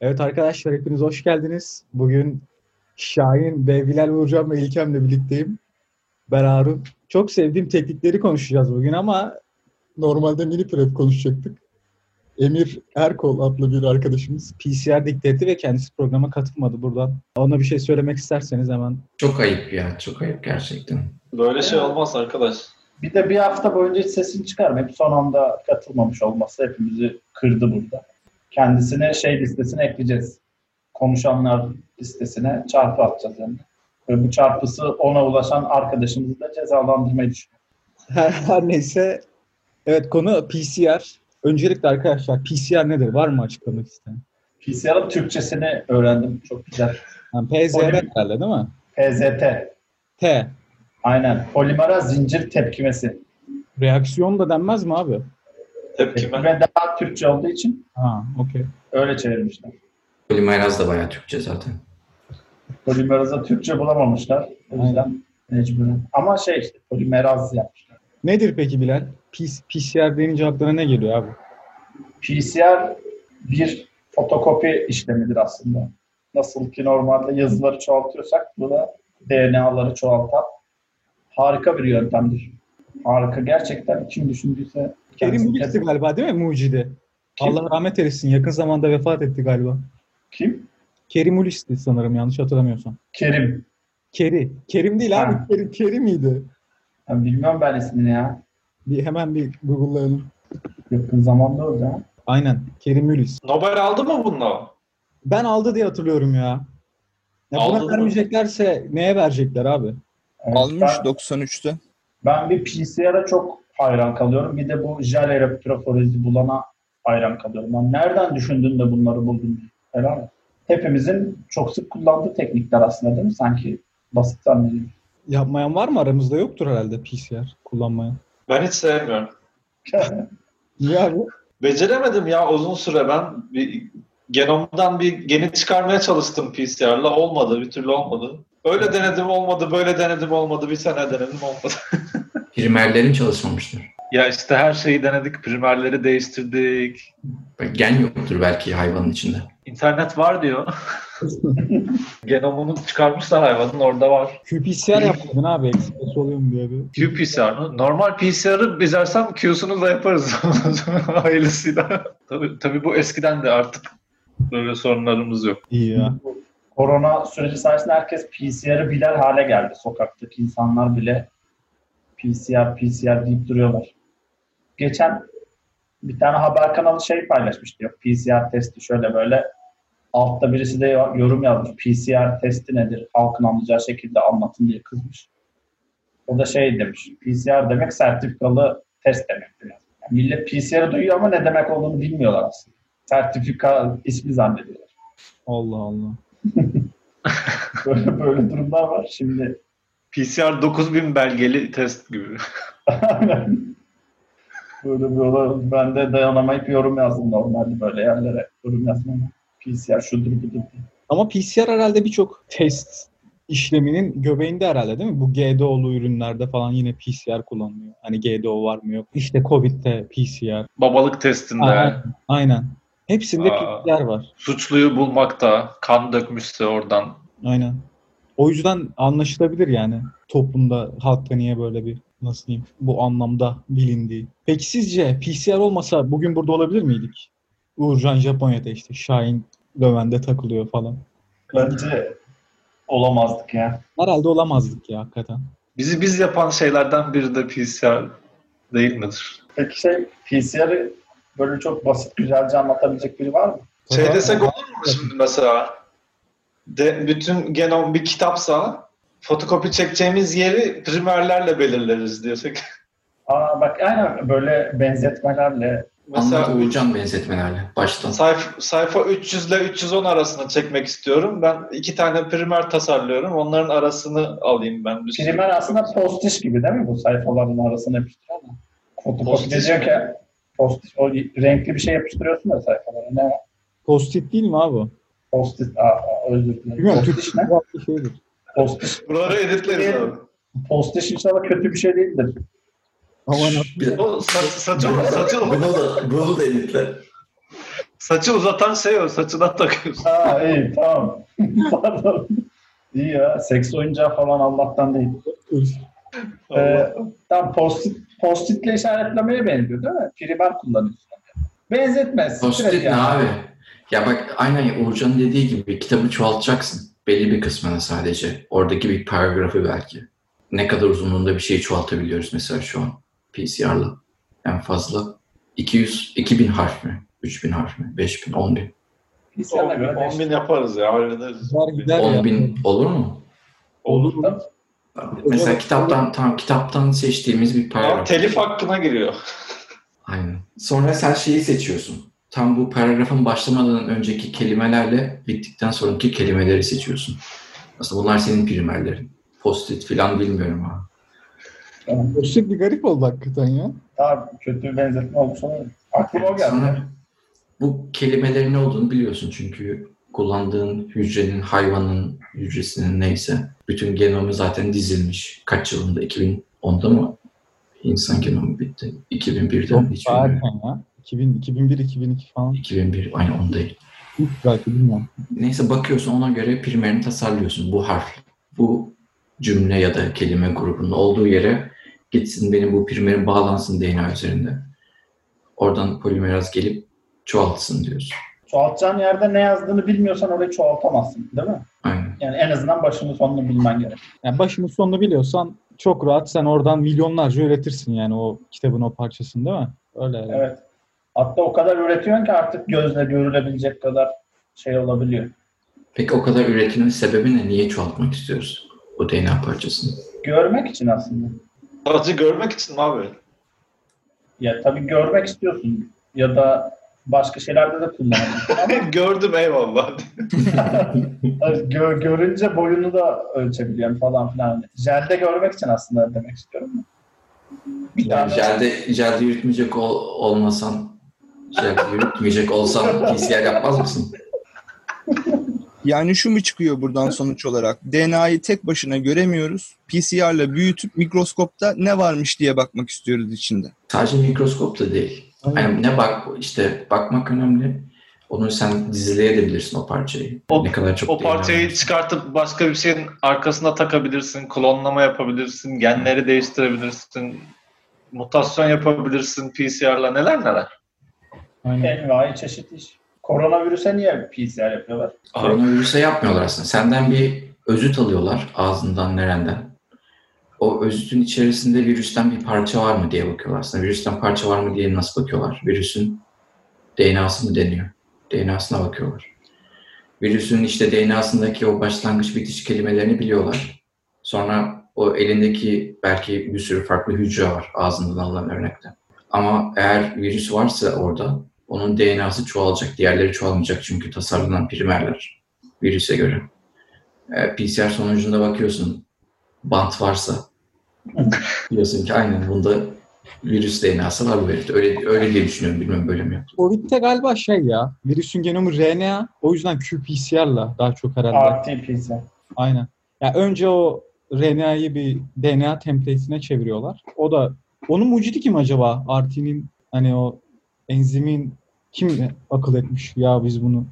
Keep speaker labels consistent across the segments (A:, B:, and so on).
A: Evet arkadaşlar hepiniz hoş geldiniz. Bugün Şahin ve Bilal Uğurcan ve İlkem'le birlikteyim. Ben Harun. Çok sevdiğim teknikleri konuşacağız bugün ama normalde mini prep konuşacaktık. Emir Erkol adlı bir arkadaşımız PCR dikte ve kendisi programa katılmadı buradan. Ona bir şey söylemek isterseniz hemen.
B: Çok ayıp ya. Çok ayıp gerçekten.
C: Böyle şey olmaz arkadaş.
D: Bir de bir hafta boyunca hiç sesini çıkarmayıp son anda katılmamış olması hepimizi kırdı burada. Kendisine şey listesine ekleyeceğiz. Konuşanlar listesine çarpı atacağız yani. Ve bu çarpısı ona ulaşan arkadaşımızı da cezalandırmayı düşünüyorum.
A: Her, her neyse. Evet konu PCR. Öncelikle arkadaşlar PCR nedir? Var mı açıklamak isteyen?
D: PCR'ın Türkçesini öğrendim. Çok güzel.
A: Yani PCR herhalde değil mi?
D: PZT.
A: T.
D: Aynen. Polimera zincir tepkimesi.
A: Reaksiyon da denmez mi abi?
C: Tepkime.
D: Tepkime daha Türkçe olduğu için
A: Ha, okey.
D: öyle çevirmişler.
B: Polimeraz da bayağı Türkçe zaten.
D: Polimeraza Türkçe bulamamışlar. O yüzden mecburen. Ama şey işte polimeraz yapmışlar.
A: Nedir peki Bilal? P- PCR denince aklına ne geliyor abi?
D: PCR bir fotokopi işlemidir aslında. Nasıl ki normalde yazıları çoğaltıyorsak bu da DNA'ları çoğaltan harika bir yöntemdir. Harika gerçekten kim düşündüyse
A: Kerim
D: kendisi
A: Bilgisi
D: tebrik-
A: galiba değil mi mucidi?
D: Kim?
A: Allah rahmet eylesin. Yakın zamanda vefat etti galiba.
D: kim?
A: Kerim Ulis'ti sanırım yanlış hatırlamıyorsam.
D: Kerim.
A: Keri. Kerim değil abi.
D: Ha.
A: Kerim, Keri miydi?
D: Ben bilmiyorum ben ismini ya.
A: Bir, hemen bir Google'layalım.
D: Yakın zamanda öldü ha.
A: Aynen. Kerim Ulis.
C: Nobel aldı mı bununla?
A: Ben aldı diye hatırlıyorum ya. ya
C: Aldı
A: buna
C: mı?
A: vermeyeceklerse neye verecekler abi?
D: Evet,
E: Almış
D: Ben,
E: 93'te.
D: ben bir PCR'a çok hayran kalıyorum. Bir de bu jel elektroforezi bulana hayran kalıyorum. Lan nereden düşündün de bunları buldun? Helal olsun. Hepimizin çok sık kullandığı teknikler aslında değil mi? Sanki basit zannediyorum.
A: Yapmayan var mı? Aramızda yoktur herhalde PCR kullanmayan.
C: Ben hiç sevmiyorum.
A: Niye abi?
C: Beceremedim ya uzun süre ben bir genomdan bir geni çıkarmaya çalıştım PCR'la. Olmadı, bir türlü olmadı. Öyle denedim olmadı, böyle denedim olmadı, bir sene denedim olmadı.
B: Primerlerin çalışmamıştır.
C: ya işte her şeyi denedik, primerleri değiştirdik.
B: Bak, Gen yoktur belki hayvanın içinde.
C: İnternet var diyor. Genomunu çıkarmışlar hayvanın orada var.
A: QPCR yapmadın abi. Ekspresi oluyor mu diye bir.
C: qPCR mı? Normal PCR'ı bezersem Q'sunu da yaparız. Hayırlısıyla. tabii, tabii bu eskiden de artık böyle sorunlarımız yok.
A: İyi ya.
D: Korona süreci sayesinde herkes PCR'ı biler hale geldi. Sokaktaki insanlar bile PCR, PCR deyip duruyorlar. Geçen bir tane haber kanalı şey paylaşmıştı. Yok, PCR testi şöyle böyle altta birisi de yorum yazmış. PCR testi nedir? Halkın anlayacağı şekilde anlatın diye kızmış. O da şey demiş. PCR demek sertifikalı test demek. Yani millet PCR'ı duyuyor ama ne demek olduğunu bilmiyorlar aslında. Sertifika ismi zannediyor.
A: Allah Allah.
D: Böyle, böyle durumlar var. Şimdi
C: PCR 9000 belgeli test gibi.
D: böyle bir olay. Ben de dayanamayıp yorum yazdım normalde böyle yerlere. Yorum yazmam. PCR şudur budur diye.
A: Ama PCR herhalde birçok test işleminin göbeğinde herhalde değil mi? Bu GDO'lu ürünlerde falan yine PCR kullanılıyor. Hani GDO var mı yok. İşte Covid'de PCR.
C: Babalık testinde.
A: Aha. Aynen. Hepsinde
C: Aa.
A: PCR var.
C: Suçluyu bulmakta kan dökmüşse oradan.
A: Aynen. O yüzden anlaşılabilir yani toplumda halkta niye böyle bir nasıl diyeyim bu anlamda bilindiği. Peki sizce PCR olmasa bugün burada olabilir miydik? Uğurcan Japonya'da işte Şahin Löwen'de takılıyor falan.
D: Bence olamazdık ya.
A: Herhalde olamazdık ya hakikaten.
C: Bizi biz yapan şeylerden biri de PCR değil midir?
D: Peki şey PCR'ı böyle çok basit güzelce anlatabilecek biri var mı?
C: Şey desek olur mu şimdi mesela? De, bütün genom bir kitapsa fotokopi çekeceğimiz yeri primerlerle belirleriz diyorsak.
D: Aa bak aynen böyle benzetmelerle
B: Anlat
C: mesela
B: Uğurcan benzetmelerle. Baştan.
C: sayfa, sayfa 300 ile 310 arasını çekmek istiyorum. Ben iki tane primer tasarlıyorum. Onların arasını alayım ben. Bir sürü.
D: primer aslında postiş gibi değil mi bu sayfaların arasına yapıştırıyor ama. Fotokopi
C: Postiş
D: diyor
C: mi?
D: ki postiş, o renkli bir şey yapıştırıyorsun ya sayfalara. Ne var?
A: Post-it değil mi abi?
D: Post-it, aa, aa, özür dilerim.
A: Bilmiyorum
D: Post-it ne?
A: Türkçe'de bir şeydir.
D: Post-it,
C: Buraları editleriz abi.
D: post-it inşallah kötü bir şey değildir.
A: Ama
B: Bir-
C: O sa- saçı saçı
B: Bunu da, bunu da editle.
C: Saçı uzatan şey o. Saçına takıyorsun.
D: Ha iyi tamam. Pardon. İyi ya. Seks oyuncağı falan Allah'tan değil. Ee, tam post postitle işaretlemeye benziyor değil mi? Primer kullanıyorsun. Benzetmez.
B: Post-it
D: Direkt
B: ne
D: yani.
B: abi? Ya bak aynen Uğurcan'ın dediği gibi kitabı çoğaltacaksın. Belli bir kısmını sadece. Oradaki bir paragrafı belki. Ne kadar uzunluğunda bir şeyi çoğaltabiliyoruz mesela şu an. PCR'la. En fazla 200, 2000 harf mi? 3000 harf mi? 5000, 10000.
D: Bilgisayarla
C: 10 bin,
D: göre
C: 10 bin yaparız ya. Hallederiz.
A: Var gider ya.
B: 10 bin olur mu?
C: Olur.
D: değişiyor.
B: Mesela kitaptan tam kitaptan seçtiğimiz bir
C: Ama
B: paragraf.
C: telif hakkına giriyor.
B: Aynen. Sonra sen şeyi seçiyorsun. Tam bu paragrafın başlamadan önceki kelimelerle bittikten sonraki kelimeleri seçiyorsun. Aslında bunlar senin primerlerin. Post-it falan bilmiyorum ha.
A: Post-it bir garip oldu hakikaten ya.
D: Daha kötü bir benzetme olmuş olabilir. Aklıma o geldi.
B: Sonra bu kelimelerin ne olduğunu biliyorsun çünkü kullandığın hücrenin, hayvanın hücresinin neyse bütün genomu zaten dizilmiş. Kaç yılında? 2010'da mı? İnsan genomu bitti. 2001'de mi? Hiç bilmiyorum.
A: Zaten ya. 2000, 2001, 2002 falan.
B: 2001, aynı onda
A: Üf, belki bilmiyorum.
B: Neyse bakıyorsun ona göre primerini tasarlıyorsun. Bu harf, bu cümle ya da kelime grubunun olduğu yere gitsin benim bu primerim bağlansın DNA üzerinde. Oradan polimeraz gelip çoğaltsın diyorsun.
D: Çoğaltacağın yerde ne yazdığını bilmiyorsan orayı çoğaltamazsın değil mi?
B: Aynen.
D: Yani en azından başını sonunu bilmen gerek.
A: Yani başının sonunu biliyorsan çok rahat sen oradan milyonlarca üretirsin yani o kitabın o parçasını değil mi? Öyle yani.
D: Evet. Hatta o kadar üretiyorsun ki artık gözle görülebilecek kadar şey olabiliyor.
B: Peki o kadar üretimin sebebi ne? Niye çoğaltmak istiyoruz o DNA parçasını?
D: Görmek için aslında.
C: Sadece görmek için mi abi?
D: Ya tabii görmek istiyorsun ya da başka şeylerde de kullanabilirsin.
C: Gördüm eyvallah.
D: Ama gö- görünce boyunu da ölçebiliyorsun falan filan. Jelde görmek için aslında demek istiyorum. da. Bir
B: Yani
D: tane
B: jelde, jelde yürütmeyecek ol- olmasan, jelde yürütmeyecek olsan PCR yapmaz mısın?
E: Yani şu mu çıkıyor buradan sonuç olarak? DNA'yı tek başına göremiyoruz. PCR'la büyütüp mikroskopta ne varmış diye bakmak istiyoruz içinde.
B: Sadece mikroskopta değil.
A: Aynen.
B: Yani ne bak işte bakmak önemli. Onu sen dizleyebilirsin o parçayı.
C: O-
B: ne kadar çok
C: O parçayı
B: değerli.
C: çıkartıp başka bir şeyin arkasına takabilirsin, klonlama yapabilirsin, genleri değiştirebilirsin, mutasyon yapabilirsin PCR'la neler neler.
A: Aynen.
D: envai çeşit iş. Koronavirüse niye PCR yapıyorlar?
B: Koronavirüse yapmıyorlar aslında. Senden bir özüt alıyorlar ağzından nerenden. O özütün içerisinde virüsten bir parça var mı diye bakıyorlar aslında. Virüsten parça var mı diye nasıl bakıyorlar? Virüsün DNA'sı mı deniyor? DNA'sına bakıyorlar. Virüsün işte DNA'sındaki o başlangıç bitiş kelimelerini biliyorlar. Sonra o elindeki belki bir sürü farklı hücre var ağzından alınan örnekte. Ama eğer virüs varsa orada onun DNA'sı çoğalacak. Diğerleri çoğalmayacak çünkü tasarlanan primerler virüse göre. Ee, PCR sonucunda bakıyorsun bant varsa diyorsun ki aynen bunda virüs DNA'sı var bu herifte. Öyle, öyle diye düşünüyorum. Bilmem böyle mi?
A: Covid'de galiba şey ya, virüsün genomu RNA, o yüzden qPCR'la daha çok herhalde.
D: RT-PCR.
A: Aynen. Ya önce o RNA'yı bir DNA template'ine çeviriyorlar. O da onun mucidi kim acaba? Artin'in hani o enzimin kim akıl etmiş ya biz bunu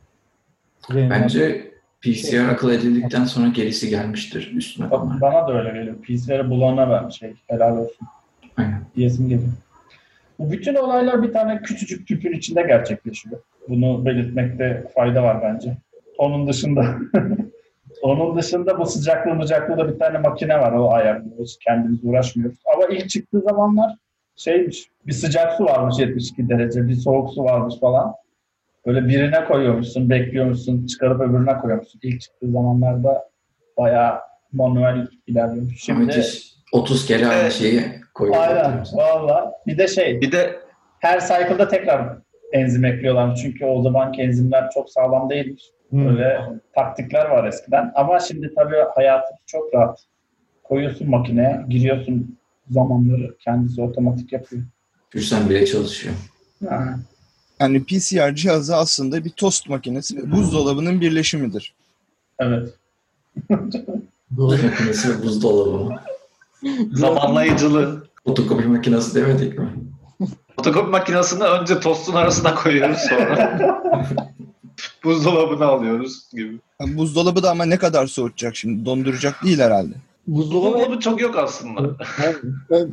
A: RNA
B: Bence PCR akıl edildikten sonra gerisi gelmiştir üstüne
D: Bak,
B: falan.
D: bana da öyle geliyor. PCR'ı bulana ben şey helal olsun
B: Aynen.
D: diyesim geliyor. Bu bütün olaylar bir tane küçücük tüpün içinde gerçekleşiyor. Bunu belirtmekte fayda var bence. Onun dışında onun dışında bu sıcaklığı mıcaklığı da bir tane makine var o ayarlıyoruz. Kendimiz uğraşmıyoruz. Ama ilk çıktığı zamanlar şeymiş bir sıcak su varmış 72 derece bir soğuk su varmış falan. Böyle birine koyuyormuşsun, bekliyormuşsun, çıkarıp öbürüne koyuyormuşsun. İlk çıktığı zamanlarda bayağı manuel ilerliyormuş.
B: Şimdi,
D: Şimdi
B: 30 kere aynı
C: Evet.
B: şeyi
D: Aynen.
B: koyuyorlar.
D: Valla. Bir de şey,
C: Bir de
D: her cycle'da tekrar enzim ekliyorlar. Çünkü o zamanki enzimler çok sağlam değilmiş.
A: Hmm.
D: Böyle taktikler var eskiden. Ama şimdi tabii hayatı çok rahat. Koyuyorsun makineye, giriyorsun zamanları. Kendisi otomatik yapıyor.
B: Hürsen bile çalışıyor.
D: Ha.
E: Yani PCR cihazı aslında bir tost makinesi ve buzdolabının birleşimidir.
D: Evet.
A: Doğru.
B: Fotokopi makinesi ve buzdolabı mı?
C: zamanlayıcılığı.
B: Fotokopi makinesi demedik mi?
C: Fotokopi makinesini önce tostun arasına koyuyoruz sonra. Buzdolabına alıyoruz gibi.
E: Yani buzdolabı da ama ne kadar soğutacak şimdi? Donduracak değil herhalde.
A: Buzdolabı
C: Buzdolabı çok yok aslında.
A: yani,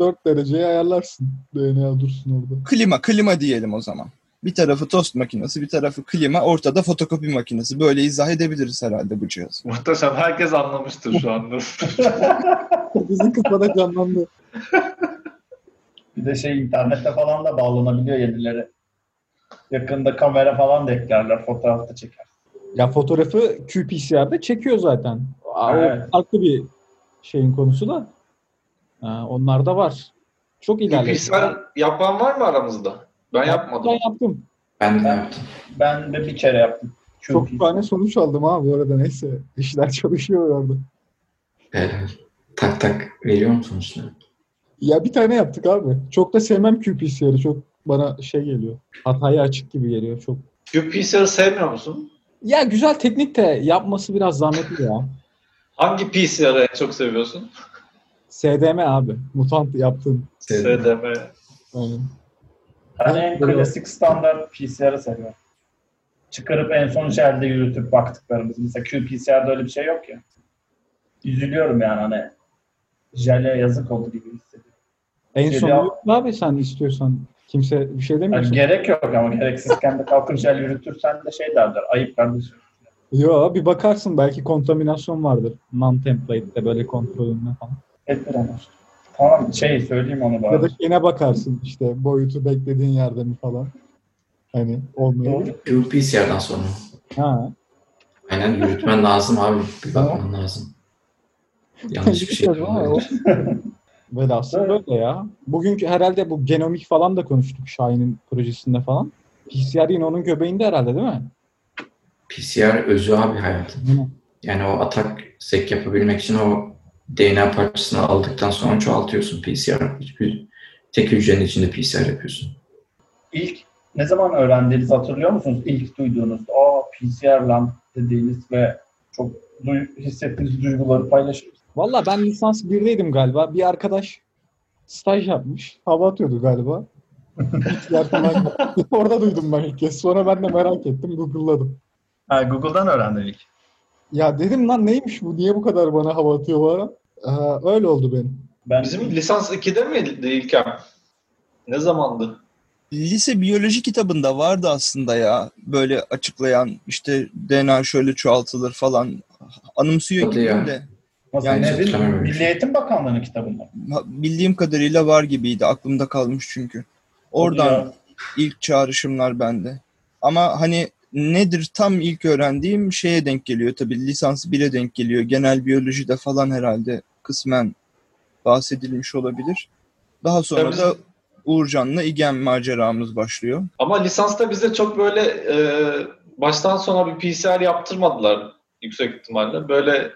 A: 4 dereceye ayarlarsın. DNA dursun orada.
E: Klima, klima diyelim o zaman. Bir tarafı tost makinesi, bir tarafı klima, ortada fotokopi makinesi. Böyle izah edebiliriz herhalde bu cihazı.
C: Muhteşem. Herkes anlamıştır şu anda.
A: Bizim kıtada canlandı.
D: Bir de şey internette falan da bağlanabiliyor yenileri. Yakında kamera falan da eklerler. Fotoğraf da çeker.
A: Ya fotoğrafı qPCR'de çekiyor zaten. Aa, o
D: Evet.
A: farklı bir şeyin konusu da. Ha, onlar da var. Çok ilerledi.
C: PCR yapan var mı aramızda? Ben yapmadım.
A: Ben yaptım.
B: Ben de yaptım.
D: Ben de bir kere yaptım.
A: Çok
D: iyi.
A: tane sonuç aldım abi bu arada neyse. İşler çalışıyor orada.
B: Helal. Ee, Tak tak veriyor musunuz? şimdi?
A: Ya bir tane yaptık abi. Çok da sevmem QPCR'ı. Çok bana şey geliyor. Hataya açık gibi geliyor çok.
C: QPCR'ı sevmiyor musun?
A: Ya güzel teknik de yapması biraz zahmetli ya.
C: Hangi PCR'ı en çok seviyorsun?
A: SDM abi. Mutant yaptın.
B: Sevdim.
C: SDM.
A: Aynen.
D: Ben en klasik standart PCR'ı seviyorum. Çıkarıp en son elde yürütüp baktıklarımız. Mesela qPCR'da öyle bir şey yok ya. Üzülüyorum yani hani. Jale yazık oldu gibi hissediyorum.
A: En
D: Geliyor.
A: son yok mu abi sen istiyorsan. Kimse bir şey
D: Yani
A: demiyorsun.
D: Hani gerek yok ama gereksizken de kalkıp jel yürütürsen de şey derler. Ayıp kardeşim.
A: Yo bir bakarsın belki kontaminasyon vardır. Non-template'de böyle kontrolünde falan.
D: Ettir ama. Tamam şey söyleyeyim onu
A: Ya da
D: bari.
A: yine bakarsın işte boyutu beklediğin yerde mi falan. Hani olmuyor.
D: Doğru.
B: Groupies yerden sonra.
A: Ha.
B: Aynen yürütmen lazım abi. Bir bakman lazım. Yanlış bir şey
A: Bilmiyorum ama o-
B: olabilir.
A: Velhasıl
D: Evet.
A: böyle ya. Bugünkü herhalde bu genomik falan da konuştuk Şahin'in projesinde falan. PCR yine onun göbeğinde herhalde değil mi?
B: PCR özü abi hayatın.
A: Hı.
B: Yani o atak sek yapabilmek için o DNA parçasını aldıktan sonra çoğaltıyorsun PCR. Hiçbir tek hücrenin içinde PCR yapıyorsun.
D: İlk ne zaman öğrendiniz hatırlıyor musunuz? İlk duyduğunuz aa PCR lan dediğiniz ve çok duy- hissettiğiniz duyguları paylaşır mısınız?
A: Valla ben lisans 1'deydim galiba. Bir arkadaş staj yapmış. Hava atıyordu galiba. PCR falan. Orada duydum ben ilk kez. Sonra ben de merak ettim. Google'ladım.
D: Ha, Google'dan öğrendim ilk.
A: Ya dedim lan neymiş bu? Niye bu kadar bana hava atıyorlar? Ee, öyle oldu benim.
D: Ben
C: Bizim lisans 2'de miydi İlkem? Ne zamandı?
E: Lise biyoloji kitabında vardı aslında ya. Böyle açıklayan işte DNA şöyle çoğaltılır falan. Anımsıyor
B: Hadi ya.
E: gibiyim de.
D: nasıl
E: yani
D: ne bileyim,
B: hatırlamıyorum.
D: Milli Eğitim Bakanlığı'nın kitabında.
E: Ha- Bildiğim kadarıyla var gibiydi. Aklımda kalmış çünkü. Oradan
D: Ya,
E: ilk çağrışımlar bende. Ama hani nedir tam ilk öğrendiğim şeye denk geliyor tabii. Lisans 1'e denk geliyor. Genel biyolojide falan herhalde kısmen bahsedilmiş olabilir. Daha sonra
C: Tabii.
E: da Uğurcan'la İGEM maceramız başlıyor.
C: Ama lisansta bize çok böyle e, baştan sona bir PCR yaptırmadılar yüksek ihtimalle. Böyle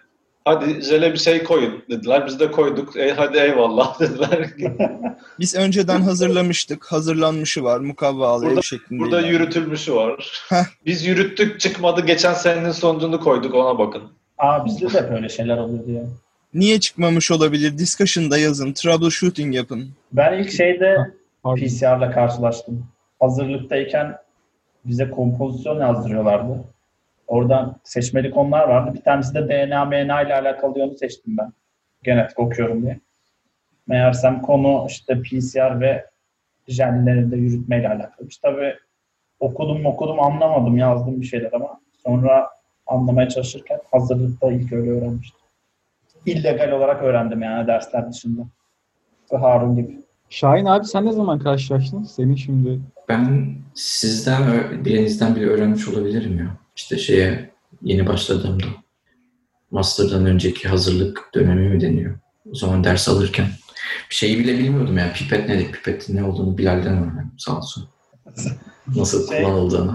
C: hadi jele bir şey koyun dediler. Biz de koyduk. E, hadi eyvallah dediler.
E: Biz önceden hazırlamıştık. Hazırlanmışı var. Mukavvalı
C: Burada-
E: ev şeklinde.
C: Burada
E: ilerliyor.
C: yürütülmüşü var. Biz yürüttük çıkmadı. Geçen senenin sonucunu koyduk ona bakın.
D: Aa bizde de böyle şeyler oluyordu ya.
E: Niye çıkmamış olabilir? Discussion'da yazın. Troubleshooting yapın.
D: Ben ilk şeyde
A: Pardon.
D: PCR'la karşılaştım. Hazırlıktayken bize kompozisyon yazdırıyorlardı. Oradan seçmeli konular vardı. Bir tanesi de DNA, MNA ile alakalı diye onu seçtim ben. Genetik okuyorum diye. Meğersem konu işte PCR ve jenleri de yürütmeyle alakalıymış. Tabii okudum okudum anlamadım yazdım bir şeyler ama sonra anlamaya çalışırken hazırlıkta ilk öyle öğrenmiştim. İllegal olarak öğrendim yani dersler dışında. Harun gibi.
A: Şahin abi sen ne zaman karşılaştın? Senin şimdi
B: Ben sizden, ö- birinizden bile öğrenmiş olabilirim ya. İşte şeye yeni başladığımda. Master'dan önceki hazırlık dönemi mi deniyor? O zaman ders alırken. Bir şeyi bile bilmiyordum ya. Pipet nedir? Pipetin ne olduğunu Bilal'den öğrendim sağ olsun. Nasıl
D: Şey-
B: kullanıldığını.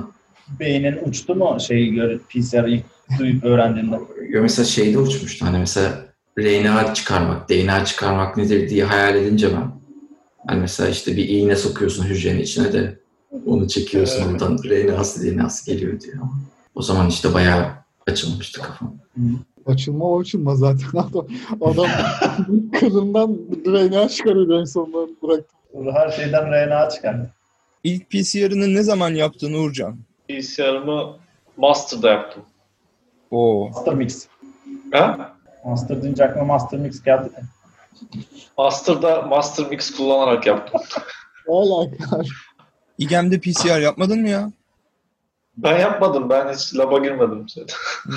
D: beynin uçtu mu şeyi gör PCR'ı ilk duyup öğrendiğinde?
B: Ya mesela şeyde uçmuştu hani mesela RNA çıkarmak, DNA çıkarmak nedir diye hayal edince ben. Hani mesela işte bir iğne sokuyorsun hücrenin içine de onu çekiyorsun
C: Evet.
B: oradan RNA'sı DNA'sı geliyor diyor. Ama O zaman işte bayağı açılmıştı kafam.
A: açılma o açılma zaten. Adam, adam kılından DNA çıkarıyor en sonunda bıraktım.
D: Her şeyden RNA çıkar.
E: İlk PCR'ını ne zaman yaptın Uğurcan?
C: PCR'ımı master'da yaptım.
E: Oo.
D: Master Mix.
C: Ha?
D: Master deyince aklıma Master Mix geldi de.
C: Master'da Master Mix kullanarak yaptım.
A: Ne alaka?
E: İGEM'de PCR yapmadın mı ya?
C: Ben yapmadım. Ben hiç laba girmedim.
E: Hmm,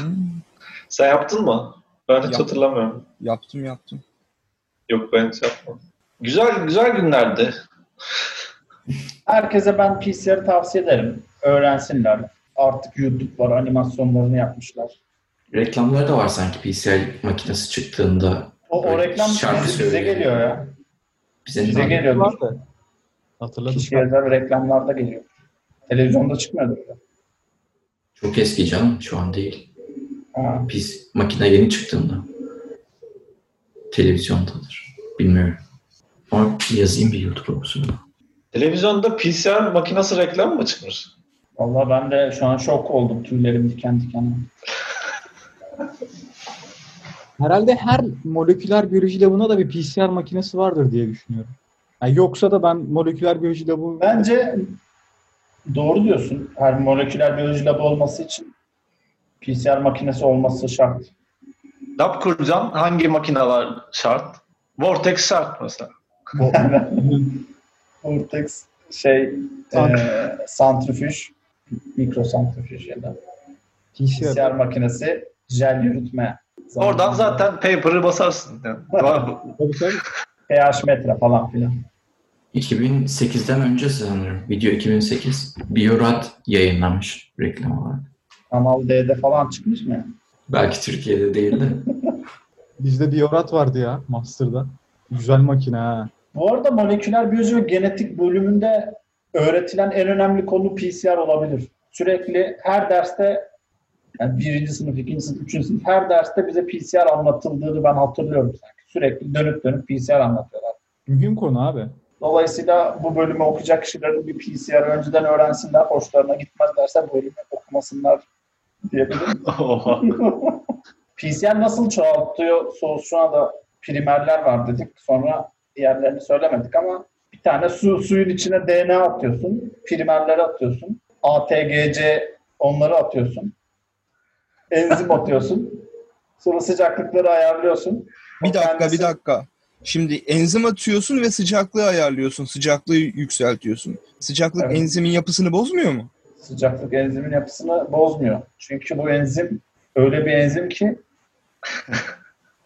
C: Sen yaptın mı? Ben hiç
E: Yaptım.
C: hatırlamıyorum.
E: Yaptım yaptım.
C: Yok ben hiç yapmadım. Güzel güzel günlerdi.
D: Herkese ben PCR tavsiye ederim. Öğrensinler. Artık YouTube var, animasyonlarını yapmışlar.
B: Reklamları da var sanki PCR makinesi çıktığında.
D: O, o
B: Böyle
D: reklam
B: şarkı
D: bize, bize
B: söylüyor.
D: geliyor ya.
B: Bize
D: Bize
B: ne?
D: geliyor.
A: Var da. Hatırladım.
D: Kişiye özel reklamlarda geliyor. Televizyonda çıkmıyordu. bile.
B: Çok eski canım şu an değil.
D: Ha.
B: Biz makine yeni çıktığında. Televizyondadır. Bilmiyorum. Ama yazayım bir YouTube olsun.
C: Televizyonda PCR makinesi reklam mı çıkmış?
D: Vallahi ben de şu an şok oldum. Tüylerim diken diken. oldu.
A: Herhalde her moleküler biyoloji labında da bir PCR makinesi vardır diye düşünüyorum. Yani yoksa da ben moleküler biyoloji labı
D: Bence doğru diyorsun. Her moleküler biyoloji labı olması için PCR makinesi olması şart.
C: Lab kuracağım. Hangi makineler şart? Vortex şart mesela.
D: Vortex şey
A: Sant-
D: eee, santrifüj, mikrosantrifüj ya da
A: PCR.
D: PCR makinesi jel yürütme.
C: Oradan zaten paper'ı basarsın. Yani. Var-
A: Tabii tabii.
D: pH metre falan filan.
B: 2008'den önce sanırım. Video 2008. Biorad yayınlamış reklam olarak.
D: Kanal D'de falan çıkmış mı?
B: Belki Türkiye'de değil de.
A: Bizde Biorat vardı ya Master'da. Güzel makine ha.
D: Bu arada moleküler biyoloji ve genetik bölümünde öğretilen en önemli konu PCR olabilir. Sürekli her derste yani birinci sınıf, ikinci sınıf, üçüncü sınıf her derste bize PCR anlatıldığını ben hatırlıyorum sanki. Sürekli dönüp dönüp PCR anlatıyorlar.
A: Mühim konu abi.
D: Dolayısıyla bu bölümü okuyacak kişilerin bir PCR önceden öğrensinler, hoşlarına gitmezlerse bölümü okumasınlar diyebilirim.
C: Oha.
D: PCR nasıl çoğaltıyor sorusuna da primerler var dedik. Sonra diğerlerini söylemedik ama bir tane su, suyun içine DNA atıyorsun, primerleri atıyorsun, ATGC onları atıyorsun, enzim atıyorsun, sonra sıcaklıkları ayarlıyorsun. O
E: Bir dakika
D: kendisi-
E: bir dakika. Şimdi enzim atıyorsun ve sıcaklığı ayarlıyorsun. Sıcaklığı yükseltiyorsun. Sıcaklık
D: Evet.
E: enzimin yapısını bozmuyor mu?
D: sıcaklık enzimin yapısını bozmuyor. Çünkü bu enzim öyle bir enzim ki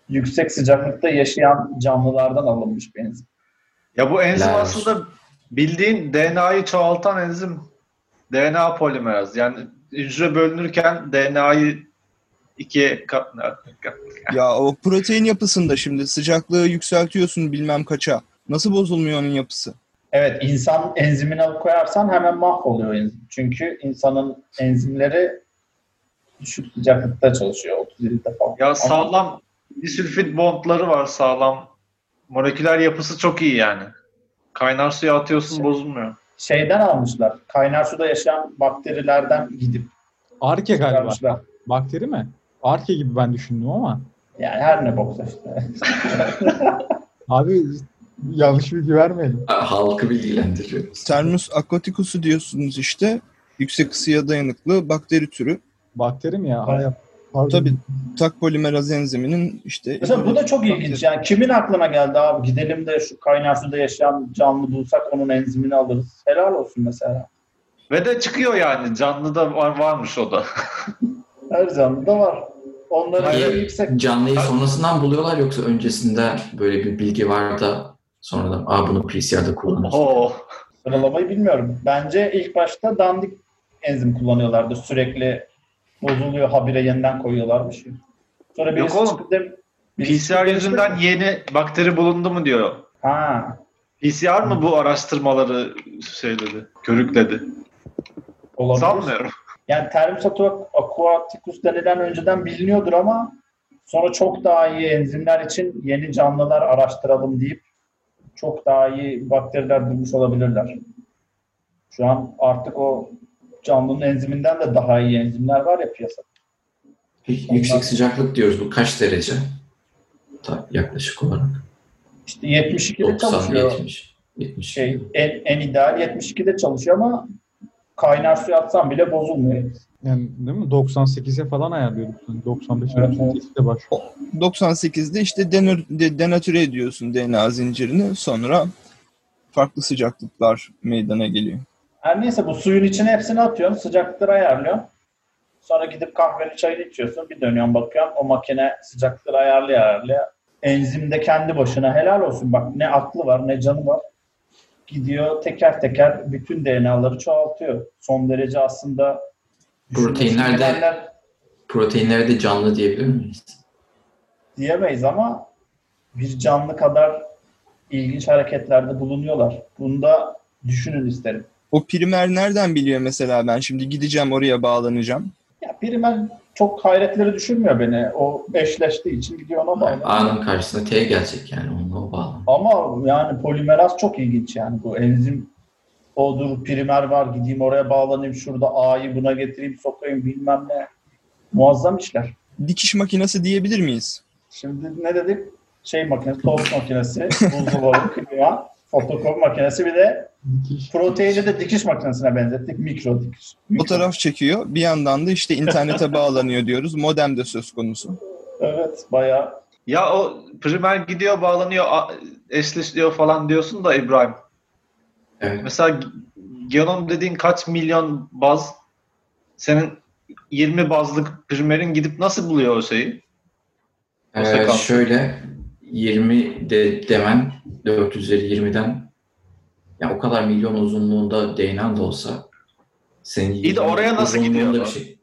D: yüksek sıcaklıkta yaşayan canlılardan alınmış bir enzim.
C: ya bu enzim
B: Helal olsun.
C: aslında bildiğin DNA'yı çoğaltan enzim. DNA polimeraz. Yani hücre bölünürken DNA'yı ikiye kat...
E: Ya o protein yapısında şimdi sıcaklığı yükseltiyorsun bilmem kaça. Nasıl bozulmuyor onun yapısı?
D: Evet insan enzimini alıp koyarsan hemen mahvoluyor enzim. Çünkü insanın enzimleri düşük sıcaklıkta çalışıyor 37 defa.
C: Ya sağlam disülfit bondları var sağlam. Moleküler yapısı çok iyi yani. Kaynar suya atıyorsun bozulmuyor.
D: Şeyden almışlar. Kaynar suda yaşayan bakterilerden gidip
A: Arke galiba.
D: çıkarmışlar.
A: Bakteri mi? Arke gibi ben düşündüm ama.
D: Yani her ne boksa işte.
A: Abi yanlış bilgi vermeyelim.
B: Halkı bilgilendiriyoruz.
E: Termus aquaticus'u diyorsunuz işte. Yüksek ısıya dayanıklı bakteri türü.
A: Bakteri mi ya?
D: Hayır.
A: Pardon.
E: Tabii tak polimeraz enziminin işte...
D: Mesela bu da çok ilginç. Yani kimin aklına geldi abi gidelim de şu kaynar suda yaşayan canlı bulsak onun enzimini alırız. Helal olsun mesela.
C: Ve de çıkıyor yani canlı da var, varmış o da.
D: Her canlı da var. Onların
B: Hayır.
D: en yüksek
B: Ee, Canlıyı sonrasından buluyorlar yoksa öncesinde böyle bir bilgi var da sonradan aa bunu PCR'da kullanırız.
C: Oo.
D: sıralamayı bilmiyorum. Bence ilk başta dandik enzim kullanıyorlardı. Sürekli bozuluyor habire yeniden koyuyorlarmış. Sonra birisi
C: oğlum.
D: çıkıp dem- birisi
C: PCR
D: çıkıp
C: yüzünden
D: demiş ki,
C: yeni bakteri bulundu mu diyor.
D: Ha.
C: PCR mı bu araştırmaları şey dedi, körükledi?
D: Olabilir.
C: Sanmıyorum.
D: Yani termis aquaticus denilen önceden biliniyordur ama sonra çok daha iyi enzimler için yeni canlılar araştıralım deyip çok daha iyi bakteriler bulmuş olabilirler. Şu an artık o canlının enziminden de daha iyi enzimler var ya piyasada.
B: Yüksek sıcaklık diyoruz bu kaç derece? Ta- yaklaşık olarak
D: İşte 72'de çalışıyor.
B: 90-70. 70.
D: şey en, en ideal 72'de çalışıyor ama kaynar suya atsam bile bozulmuyor.
A: Yani değil mi? 98'e falan ayarlıyorduk. Yani 95
D: Evet,
A: 98'de baş.
E: 98'de işte denür, de- denatüre ediyorsun DNA zincirini. Sonra farklı sıcaklıklar meydana geliyor.
D: Her neyse bu suyun içine hepsini atıyorsun, sıcaklıkları ayarlıyorsun. Sonra gidip kahveni çayını içiyorsun, bir dönüyorsun bakıyorsun o makine sıcaklıkları ayarlıyor ayarlıyor. Enzim de kendi başına helal olsun bak ne aklı var ne canı var. Gidiyor teker teker bütün DNA'ları çoğaltıyor. Son derece aslında
B: Proteinler de-
D: düşünülebilenler
B: Proteinleri de canlı diyebilir miyiz?
D: diyemeyiz ama bir canlı kadar ilginç hareketlerde bulunuyorlar. Bunu da düşünün isterim.
E: O primer nereden biliyor mesela ben şimdi gideceğim oraya bağlanacağım.
D: Ya Primen çok hayretleri düşünmüyor beni. O eşleştiği için gidiyor ona bağlı.
B: A'nın karşısına T gelecek yani onunla o bağlam.
D: Ama yani polimeraz çok ilginç yani bu enzim odur primer var gideyim oraya bağlanayım şurada A'yı buna getireyim sokayım bilmem ne. Muazzam işler.
E: Dikiş makinesi diyebilir miyiz?
D: Şimdi ne dedik? Şey makinesi, tost makinesi, buzdolabı, klima, fotokopi makinesi bir de
A: Dikiş.
D: Proteini de dikiş makinesine benzettik. Mikro dikiş. Mikro.
E: Fotoğraf çekiyor. Bir yandan da işte internete bağlanıyor diyoruz. Modem de söz konusu.
D: Evet bayağı.
C: Ya o primer gidiyor bağlanıyor a- eşleşiyor falan diyorsun da İbrahim.
B: Evet.
C: Mesela genom dediğin kaç milyon baz senin 20 bazlık primerin gidip nasıl buluyor o şeyi? O
B: Ee,
C: sekans.
B: şöyle 20 de demen 4 üzeri 20'den yani o kadar milyon uzunluğunda DNA da olsa senin
C: İyi de oraya nasıl
B: uzunluğunda
C: gidiyor
B: bir
C: bu?
B: şey.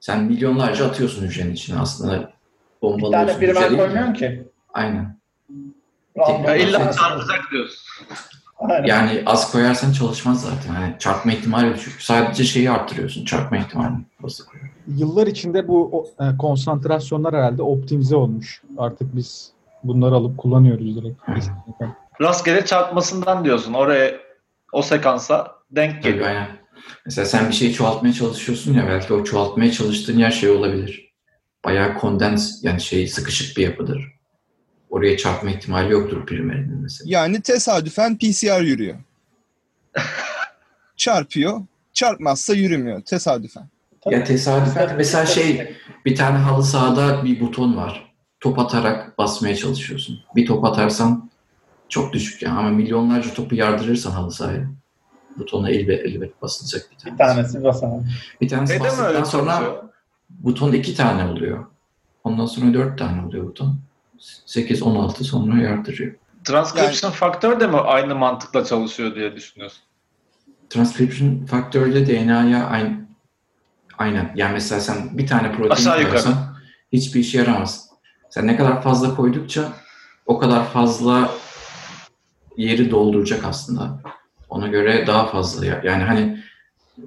B: Sen milyonlarca atıyorsun hücrenin içine aslında.
D: Bir
B: Bombalıyorsun.
D: tane primer
B: hücreyi.
D: koymuyorsun ki.
B: Aynen.
D: Random
B: Ya
C: Ya illa
D: olarak.
C: çarpacak diyorsun.
D: Aynen.
B: Yani az koyarsan çalışmaz zaten. Yani çarpma ihtimali düşük. Sadece şeyi arttırıyorsun. Çarpma ihtimalini fazla koyuyorsun.
A: Yıllar içinde bu o- e, konsantrasyonlar herhalde optimize olmuş. Artık biz bunları alıp kullanıyoruz direkt.
C: Rastgele çarpmasından diyorsun. Oraya o sekansa denk
B: Tabii
C: geliyor.
B: aynen. Mesela sen bir şeyi çoğaltmaya çalışıyorsun ya belki o çoğaltmaya çalıştığın yer şey olabilir. Bayağı kondens yani şey sıkışık bir yapıdır. Oraya çarpma ihtimali yoktur primerinin mesela.
E: Yani tesadüfen PCR yürüyor. Çarpıyor. Çarpmazsa yürümüyor tesadüfen.
B: Ya tesadüfen
D: Tabii.
B: mesela şey bir tane halı sahada bir buton var. Top atarak basmaya çalışıyorsun. Bir top atarsan çok düşük yani ama milyonlarca topu yardırırsan halı sahaya butona elbet, elbet basılacak bir tane.
D: Bir tanesi basana.
B: Bir tanesi
C: Neden
B: bastıktan
C: Şey öyle
B: sonra
C: çalışıyor?
B: buton iki tane oluyor. Ondan sonra dört tane oluyor buton. 8, 16 sonra yardırıyor.
C: Transcription faktör de mi aynı mantıkla çalışıyor diye düşünüyorsun?
B: Transcription faktörü de DNA'ya aynı, aynen. Yani mesela sen bir tane protein
C: Aşağı yukarı.
B: koyarsan hiçbir işe yaramaz. Sen ne kadar fazla koydukça o kadar fazla yeri dolduracak aslında. Ona göre daha fazla ya- yani hani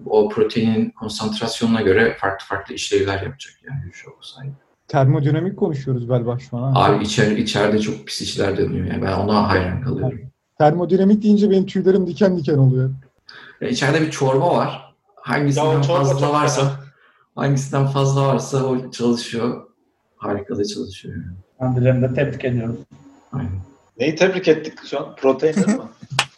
B: o proteinin konsantrasyonuna göre farklı farklı işlevler yapacak yani hücre olsaydı.
A: Termodinamik konuşuyoruz galiba şu an. ha.
B: Abi içer, içeride çok pis işler dönüyor ya. Ben ona hayran kalıyorum.
A: Termodinamik deyince benim tüylerim diken diken oluyor.
B: Ya içeride bir çorba var.
C: Ya
B: Hangisinden
C: o çorba
B: fazla
C: çok
B: varsa
C: fena.
B: hangisinden fazla varsa o çalışıyor. Harika da çalışıyor. yani.
D: Kendilerini de tebrik ediyoruz.
B: Aynen.
C: Neyi tebrik ettik şu an? Proteinleri mi?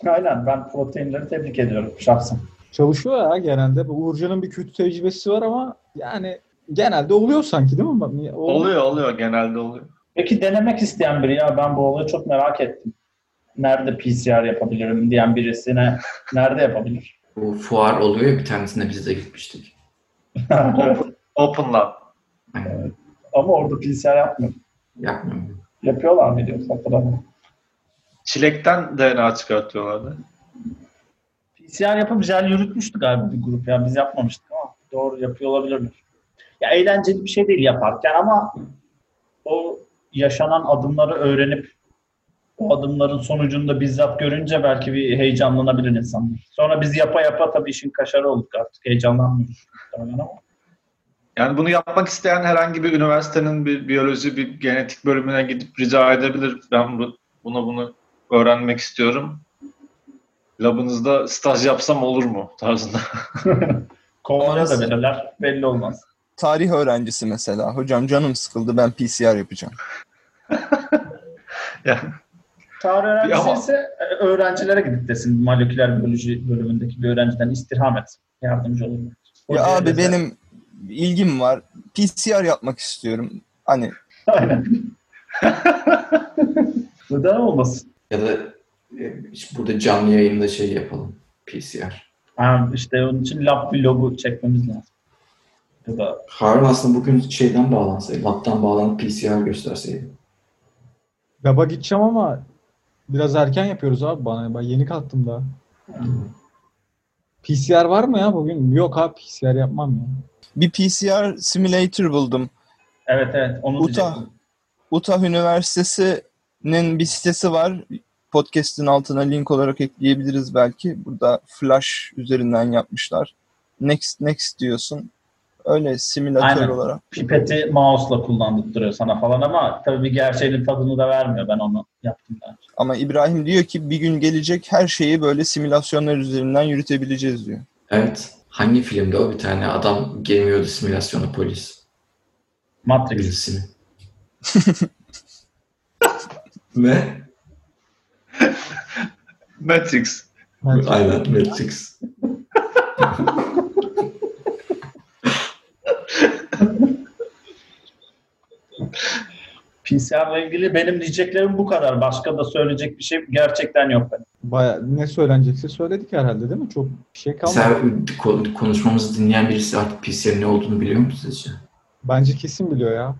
D: Aynen ben proteinleri tebrik ediyorum şahsen.
A: Çalışıyor ya genelde. Bu Uğurcan'ın bir kötü tecrübesi var ama yani genelde oluyor sanki değil mi? Ben- o-
C: oluyor oluyor genelde oluyor.
D: Peki denemek isteyen biri ya ben bu olayı çok merak ettim. Nerede PCR yapabilirim diyen birisine nerede yapabilir?
B: Bu fuar oluyor ya bir tanesinde biz de gitmiştik.
C: Open, open lab.
B: Aynen.
D: Ama orada PCR yapmıyor.
B: Yapmıyorum.
D: Yapıyorlar mı diyor hatırlamıyorum.
C: Çilekten DNA çıkartıyorlardı.
D: PCR yapıp jel yürütmüştü galiba bir grup ya. Biz yapmamıştık ama doğru yapıyor olabilirler. Ya eğlenceli bir şey değil yaparken ama o yaşanan adımları öğrenip o adımların sonucunda bizzat görünce belki bir heyecanlanabilir insanlar. Sonra biz yapa yapa tabii işin kaşarı olduk artık. Heyecanlanmıyoruz. muhtemelen ama.
C: Yani bunu yapmak isteyen herhangi bir üniversitenin bir biyoloji, bir genetik bölümüne gidip rica edebilir. Ben bu, bunu bunu öğrenmek istiyorum. Labınızda staj yapsam olur mu tarzında.
D: Kovalaya da
E: Orası-
D: verirler. Belli olmaz.
E: Tarih öğrencisi mesela. Hocam canım sıkıldı ben PCR yapacağım.
D: Tarih öğrencisi
C: Ama-
D: ise e, öğrencilere gidip desin moleküler biyoloji bölümündeki bir öğrenciden istirham et. Yardımcı olur.
E: Ya abi benim ilgim var. PCR yapmak istiyorum. Hani
D: Aynen. Neden olmasın?
B: Ya da e, işte burada canlı yayında şey yapalım. PCR.
D: Ha, işte onun için lab vlogu çekmemiz lazım. Ya da
B: Harun aslında bugün şeyden bağlansaydı, laptan bağlanıp PCR gösterseydi.
A: Laba gideceğim ama biraz erken yapıyoruz abi bana. Ben yeni kalktım daha. PCR var mı ya bugün? Yok abi PCR yapmam ya.
E: bir PCR simulator buldum.
D: evet evet onu
E: Utah.
D: diyecektim.
E: Utah Üniversitesi'nin bir sitesi var. Podcast'in altına link olarak ekleyebiliriz belki. Burada Flash üzerinden yapmışlar. Next Next diyorsun. Öyle simülatör
D: Aynen.
E: olarak.
D: Pipeti mouse'la kullandırıyor sana falan ama tabii bir gerçeğinin tadını da vermiyor. Ben onu yaptım daha önce.
E: Ama İbrahim diyor ki bir gün gelecek her şeyi böyle simülasyonlar üzerinden yürütebileceğiz diyor.
B: Evet. Hangi filmde o bir tane adam gemiyordu simülasyona polis
D: Matrix.
B: birisini. Ne?
C: Matrix.
A: Bence.
B: Aynen Matrix.
D: PCR ile ilgili benim diyeceklerim bu kadar. Başka da söyleyecek bir şey gerçekten yok benim.
A: Baya ne söylenecekse söyledik herhalde değil mi? Çok bir şey kalmadı.
B: Mesela kon- konuşmamızı dinleyen birisi artık PC'nin ne olduğunu biliyor mu sizce?
A: Bence kesin biliyor ya.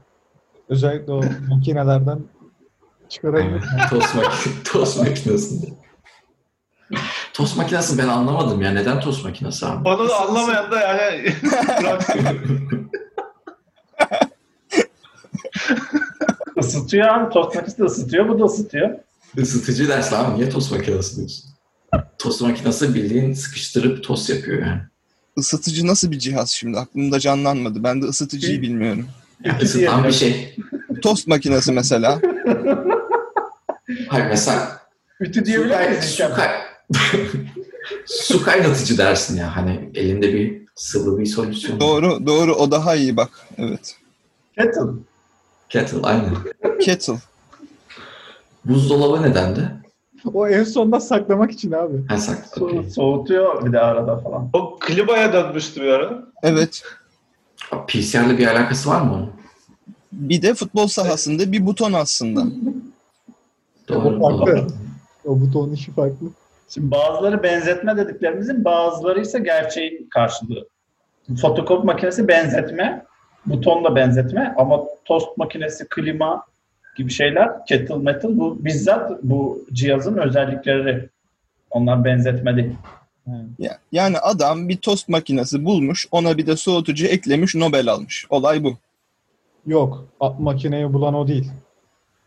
A: Özellikle o makinelerden çıkarayım.
B: tost, mak- tost makinesinde. tost makinesi ben anlamadım ya. Neden tost makinesi abi?
C: Onu da anlamayan da yani
D: Isıtıyor abi. Tost makinesi de ısıtıyor. Bu da ısıtıyor.
B: Isıtıcı ders abi. Niye tost makinesi diyorsun? Tost makinesi bildiğin sıkıştırıp tost yapıyor yani.
E: Isıtıcı nasıl bir cihaz şimdi? Aklımda canlanmadı. Ben de ısıtıcıyı
D: Hı.
E: bilmiyorum.
B: yani
D: İkisi
B: ısıtan bir
D: yapıyor.
B: şey.
E: Tost makinesi mesela.
B: Hayır mesela
D: Ütü
B: su,
D: diyebilir
B: kay-
D: miyiz?
B: su, kay- su kaynatıcı dersin ya. Hani elinde bir sıvı bir solüsyon.
E: Doğru, doğru. O daha iyi bak. Evet.
D: Kettle.
B: Kettle aynen.
E: Kettle.
B: Buzdolabı nedendi?
A: o en sonda saklamak için abi.
B: Ha sak.
D: So-
B: okey.
D: soğutuyor bir de arada falan.
C: o klibaya dönmüştü bir ara.
E: Evet.
B: PCR'le bir alakası var mı onun?
E: Bir de futbol sahasında bir buton aslında.
B: Doğru.
A: O farklı.
B: doğru.
A: O buton işi farklı.
D: Şimdi bazıları benzetme dediklerimizin bazıları ise gerçeğin karşılığı. Fotokopi makinesi benzetme, butonla benzetme ama tost makinesi, klima gibi şeyler, kettle metal bu bizzat bu cihazın özellikleri. Onlar benzetme değil.
E: Ya- Yani adam bir tost makinesi bulmuş, ona bir de soğutucu eklemiş, Nobel almış. Olay bu.
A: Yok. a- Makineyi bulan o değil.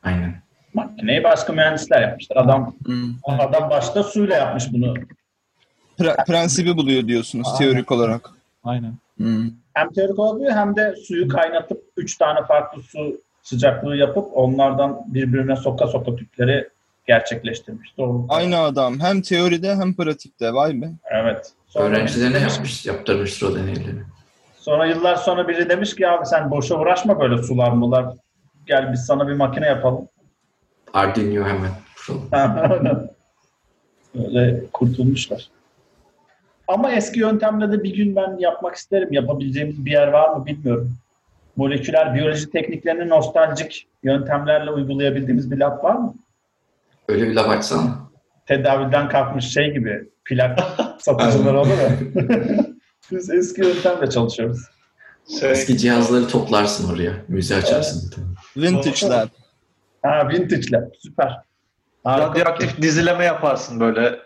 B: Aynen.
D: Makineyi başka mühendisler yapmışlar. Adam adam başta suyla yapmış bunu.
E: Pre- prensibi buluyor diyorsunuz
A: Aynen.
E: teorik olarak.
A: Aynen.
E: Hmm.
D: Hem teorik olabiliyor hem de suyu kaynatıp üç tane farklı su sıcaklığı yapıp onlardan birbirine soka soka tüpleri gerçekleştirmiş. Doğru.
E: Aynı adam hem teoride hem pratikte. Vay be.
D: Evet. Sonra
B: Öğrencilerine
D: biri demiş-
B: yapmış, yaptırmıştır o deneyleri.
D: Sonra yıllar sonra biri demiş ki abi sen boşa uğraşma böyle sular mular. Gel biz sana bir makine yapalım.
B: Ardinio hemen. kuralım.
D: Öyle kurtulmuşlar. Ama eski yöntemle de bir gün ben yapmak isterim. Yapabileceğimiz bir yer var mı bilmiyorum. Moleküler biyoloji tekniklerini nostaljik yöntemlerle uygulayabildiğimiz bir lab var mı?
B: Öyle bir laf açsana.
D: Tedaviden kalkmış şey gibi plak satıcıları olur ya. Biz eski yöntemle çalışıyoruz.
C: Şey,
B: Eski cihazları toplarsın oraya. Müze açarsın. bir tane.
E: Vintage'ler.
D: Ha vintage lab süper. Harika.
C: radyoaktif dizileme yaparsın böyle.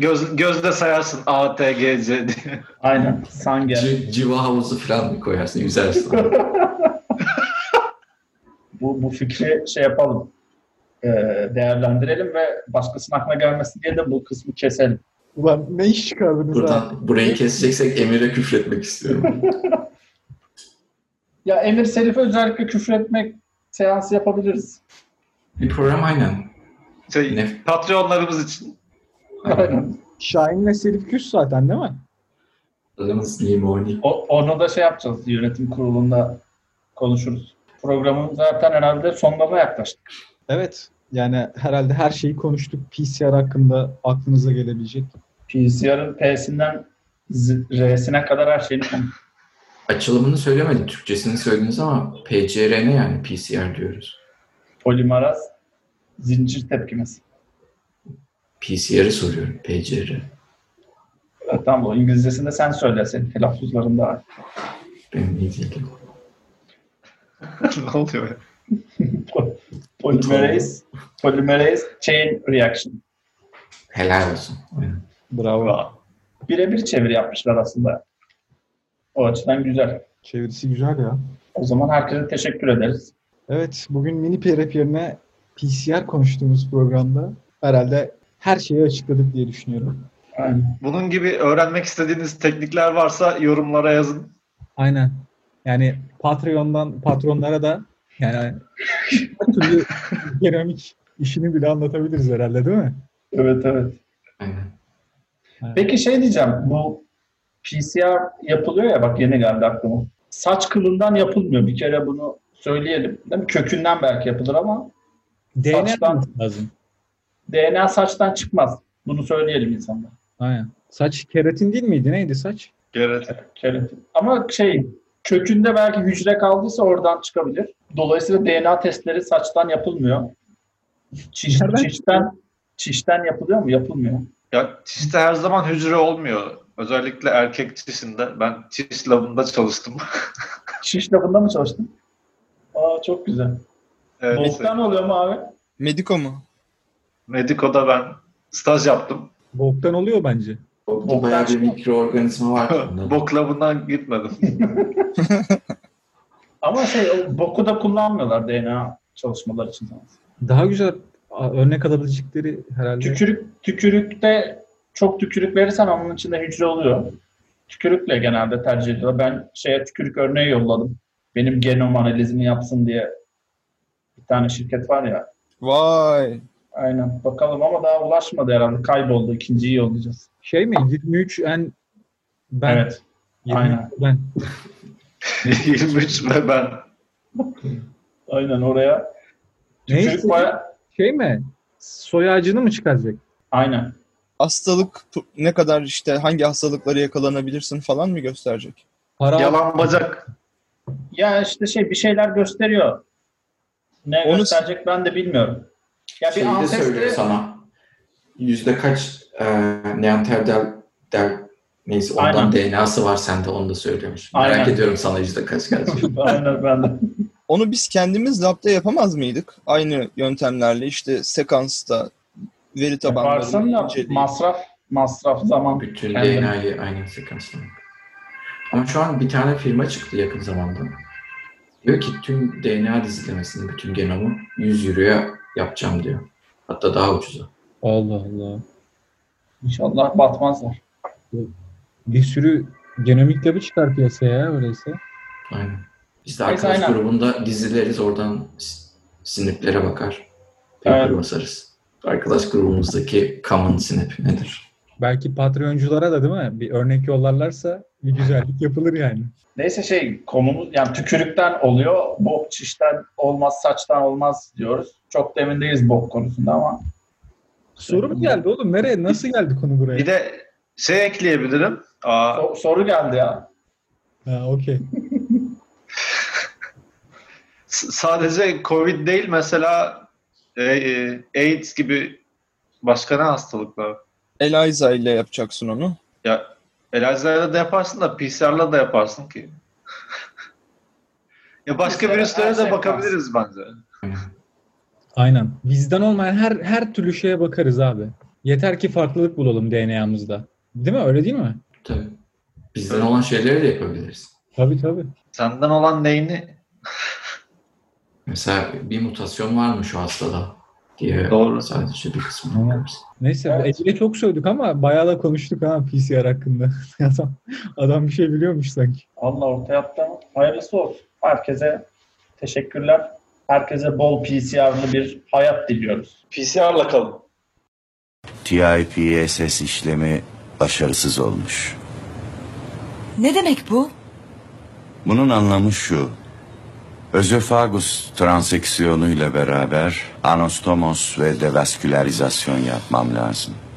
C: Göz, gözde sayarsın A, T, G, C diye.
D: Aynen. Sanger.
B: Ci- civa havuzu falan koyarsın. Yüzersin.
D: bu, bu fikri şey yapalım, e, değerlendirelim ve başkasının aklına gelmesin diye de bu kısmı keselim.
A: Ulan ne iş çıkardınız ha?
B: Buradan burayı keseceksek Emir'e küfretmek istiyorum.
D: Ya Emir Selif'e özellikle küfür etmek seansı yapabiliriz.
B: bir program aynen.
C: Şey,
B: Nef-
C: Patreonlarımız için.
D: Aynen.
A: Şahin'le Selif Küs zaten değil mi?
B: Adamız Nimoni.
D: O, onu da şey yapacağız, yönetim kurulunda konuşuruz. Programın zaten herhalde sonlarına yaklaştık.
A: Evet. Yani herhalde her şeyi konuştuk PCR hakkında aklınıza gelebilecek.
D: PCR'ın P'sinden Z- R'sine kadar her şeyini konuştuk.
B: Açılımını söylemedi, Türkçesini söylediniz ama PCR ne yani PCR diyoruz.
D: Polimeraz zincir tepkimesi.
B: PCR'i soruyorum, PCR.
D: E, Tamam o İngilizcesinde sen söyle senin telaffuzların daha.
B: Benim iyi değilim.
C: ne oluyor ya?
D: Polymerase, polymerase chain reaction.
B: Helal olsun. Aynen.
A: Bravo.
D: Vay. Birebir çeviri yapmışlar aslında. O açıdan güzel.
A: Çevirisi güzel ya.
D: O zaman herkese teşekkür ederiz.
A: Evet, bugün mini PRP yerine PCR konuştuğumuz programda herhalde her şeyi açıkladık diye düşünüyorum.
D: Aynen.
C: Bunun gibi öğrenmek istediğiniz teknikler varsa yorumlara yazın.
A: Aynen. Yani Patreon'dan patronlara da yani her türlü genomik işini bile anlatabiliriz herhalde değil mi?
D: Evet evet.
B: Aynen.
D: Peki şey diyeceğim, bu PCR yapılıyor ya bak yeni geldi aklıma. Saç kılından yapılmıyor bir kere bunu söyleyelim. Değil mi? Kökünden belki yapılır ama
A: DNA
D: Saçtan.
A: olması lazım.
D: DNA saçtan çıkmaz. Bunu söyleyelim insanlara.
A: Aynen. Saç keratin değil miydi? Neydi saç?
C: Gerrit.
D: Keratin. Ama şey kökünde belki hücre kaldıysa oradan çıkabilir. Dolayısıyla DNA testleri saçtan yapılmıyor. Çiş,
A: Nereden?
D: çişten, çişten yapılıyor mu? Yapılmıyor.
C: Ya çişte her zaman hücre olmuyor. Özellikle erkek çişinde. Ben çiş labında çalıştım.
D: Çiş labında mı çalıştın? Aa çok güzel.
C: evet.
D: Boktan oluyor mu abi?
E: Mediko mu?
C: Mediko'da ben staj yaptım.
A: Boktan oluyor bence.
B: Bokta bayağı bir mikroorganizma var. Bok.
C: Bok labından gitmedim.
D: Ama şey o boku da kullanmıyorlar DNA çalışmalar için.
A: Daha güzel a- örnek alabilecekleri herhalde.
D: Tükürük tükürükte çok tükürük verirsen onun içinde hücre oluyor. Tükürükle genelde tercih ediyorlar. Ben şeye tükürük örneği yolladım. Benim genom analizini yapsın diye bir tane şirket var ya.
E: Vay.
D: Aynen. Bakalım ama daha ulaşmadı herhalde. Kayboldu. İkinciyi yollayacağız.
A: Şey mi? 23 en ben.
D: Evet.
A: 23
D: aynen.
A: Ben.
C: 23 ve ben.
D: Aynen oraya. Tükürük
A: Neyse.
D: baya...
A: Şey mi? Soy ağacını mı çıkaracak?
D: Aynen.
E: Hastalık p- ne kadar işte hangi hastalıklara yakalanabilirsin falan mı gösterecek?
A: Para
C: Yalan bacak.
D: Ya işte şey bir şeyler gösteriyor. Ne
E: Onu-
D: gösterecek ben de bilmiyorum. Ya bir
B: Şeyi de
D: ancestry-
B: söylüyor sana. Yüzde kaç e, Neandertal der, neyse ondan DNA'sı var sende onu da söylüyormuş. Merak
D: Aynen.
B: ediyorum sana yüzde kaç kaç.
D: Aynen ben de.
E: Onu biz kendimiz labda yapamaz mıydık? Aynı yöntemlerle işte sekansta veri
D: Yaparsın
E: tabanlarını
D: da
E: inceleyip.
D: masraf, masraf zaman.
B: Bütün
D: Kendim.
B: DNA'yı aynen sekansını. Ama şu an bir tane firma çıktı yakın zamanda. Diyor ki tüm DNA dizilemesini, bütün genomu 100 euroya yapacağım diyor. Hatta daha ucuza.
A: Allah Allah.
D: İnşallah batmazlar.
A: Bir sürü genomik tabi çıkar piyasaya ya öyleyse.
B: Aynen. Biz de
D: Neyse,
B: arkadaş
D: aynen.
B: grubunda dizileriz oradan s- siniplere bakar. Paper
D: Evet.
B: basarız. Arkadaş grubumuzdaki common sinip nedir?
A: Belki Patreonculara da değil mi? Bir örnek yollarlarsa bir güzellik yapılır yani.
D: Neyse şey konumuz yani tükürükten oluyor. Bok çişten olmaz, saçtan olmaz diyoruz. Çok da emin değiliz bok konusunda ama.
A: Soru mu geldi oğlum? Nereye? Nasıl geldi konu buraya?
C: Bir de şey ekleyebilirim. Aa,
D: So- soru geldi ya.
A: Ha okey.
C: s- sadece Covid değil mesela e, e, AIDS gibi başka ne hastalıklar?
E: ELISA ile yapacaksın onu.
C: Ya Elazığ'da da yaparsın da PCR'la da yaparsın ki. ya başka
D: PCR
C: virüslere
D: her
C: de
D: şey
C: bakabiliriz bence.
A: Aynen. Bizden olmayan her her türlü şeye bakarız abi. Yeter ki farklılık bulalım DNA'mızda. Değil mi? Öyle değil mi?
B: Tabii. Bizden olan şeyleri de yapabiliriz.
A: Tabii tabii.
C: Senden olan neyini?
B: Mesela bir mutasyon var mı şu hastada diye
C: Doğru.
B: sadece bir kısmına
A: Tamam.
B: bakarız.
A: Neyse
D: Evet.
A: Ece'ye çok sövdük ama bayağı da konuştuk ha PCR hakkında. adam, adam bir şey biliyormuş sanki.
D: Allah ortaya attı ama hayırlısı olsun. Herkese teşekkürler. Herkese bol PCR'lı bir hayat diliyoruz.
C: PCR'la kalın.
F: TIPSS işlemi başarısız olmuş.
G: Ne demek bu?
F: Bunun anlamı şu. Özofagus transeksiyonuyla beraber anastomos ve devaskülerizasyon yapmam lazım.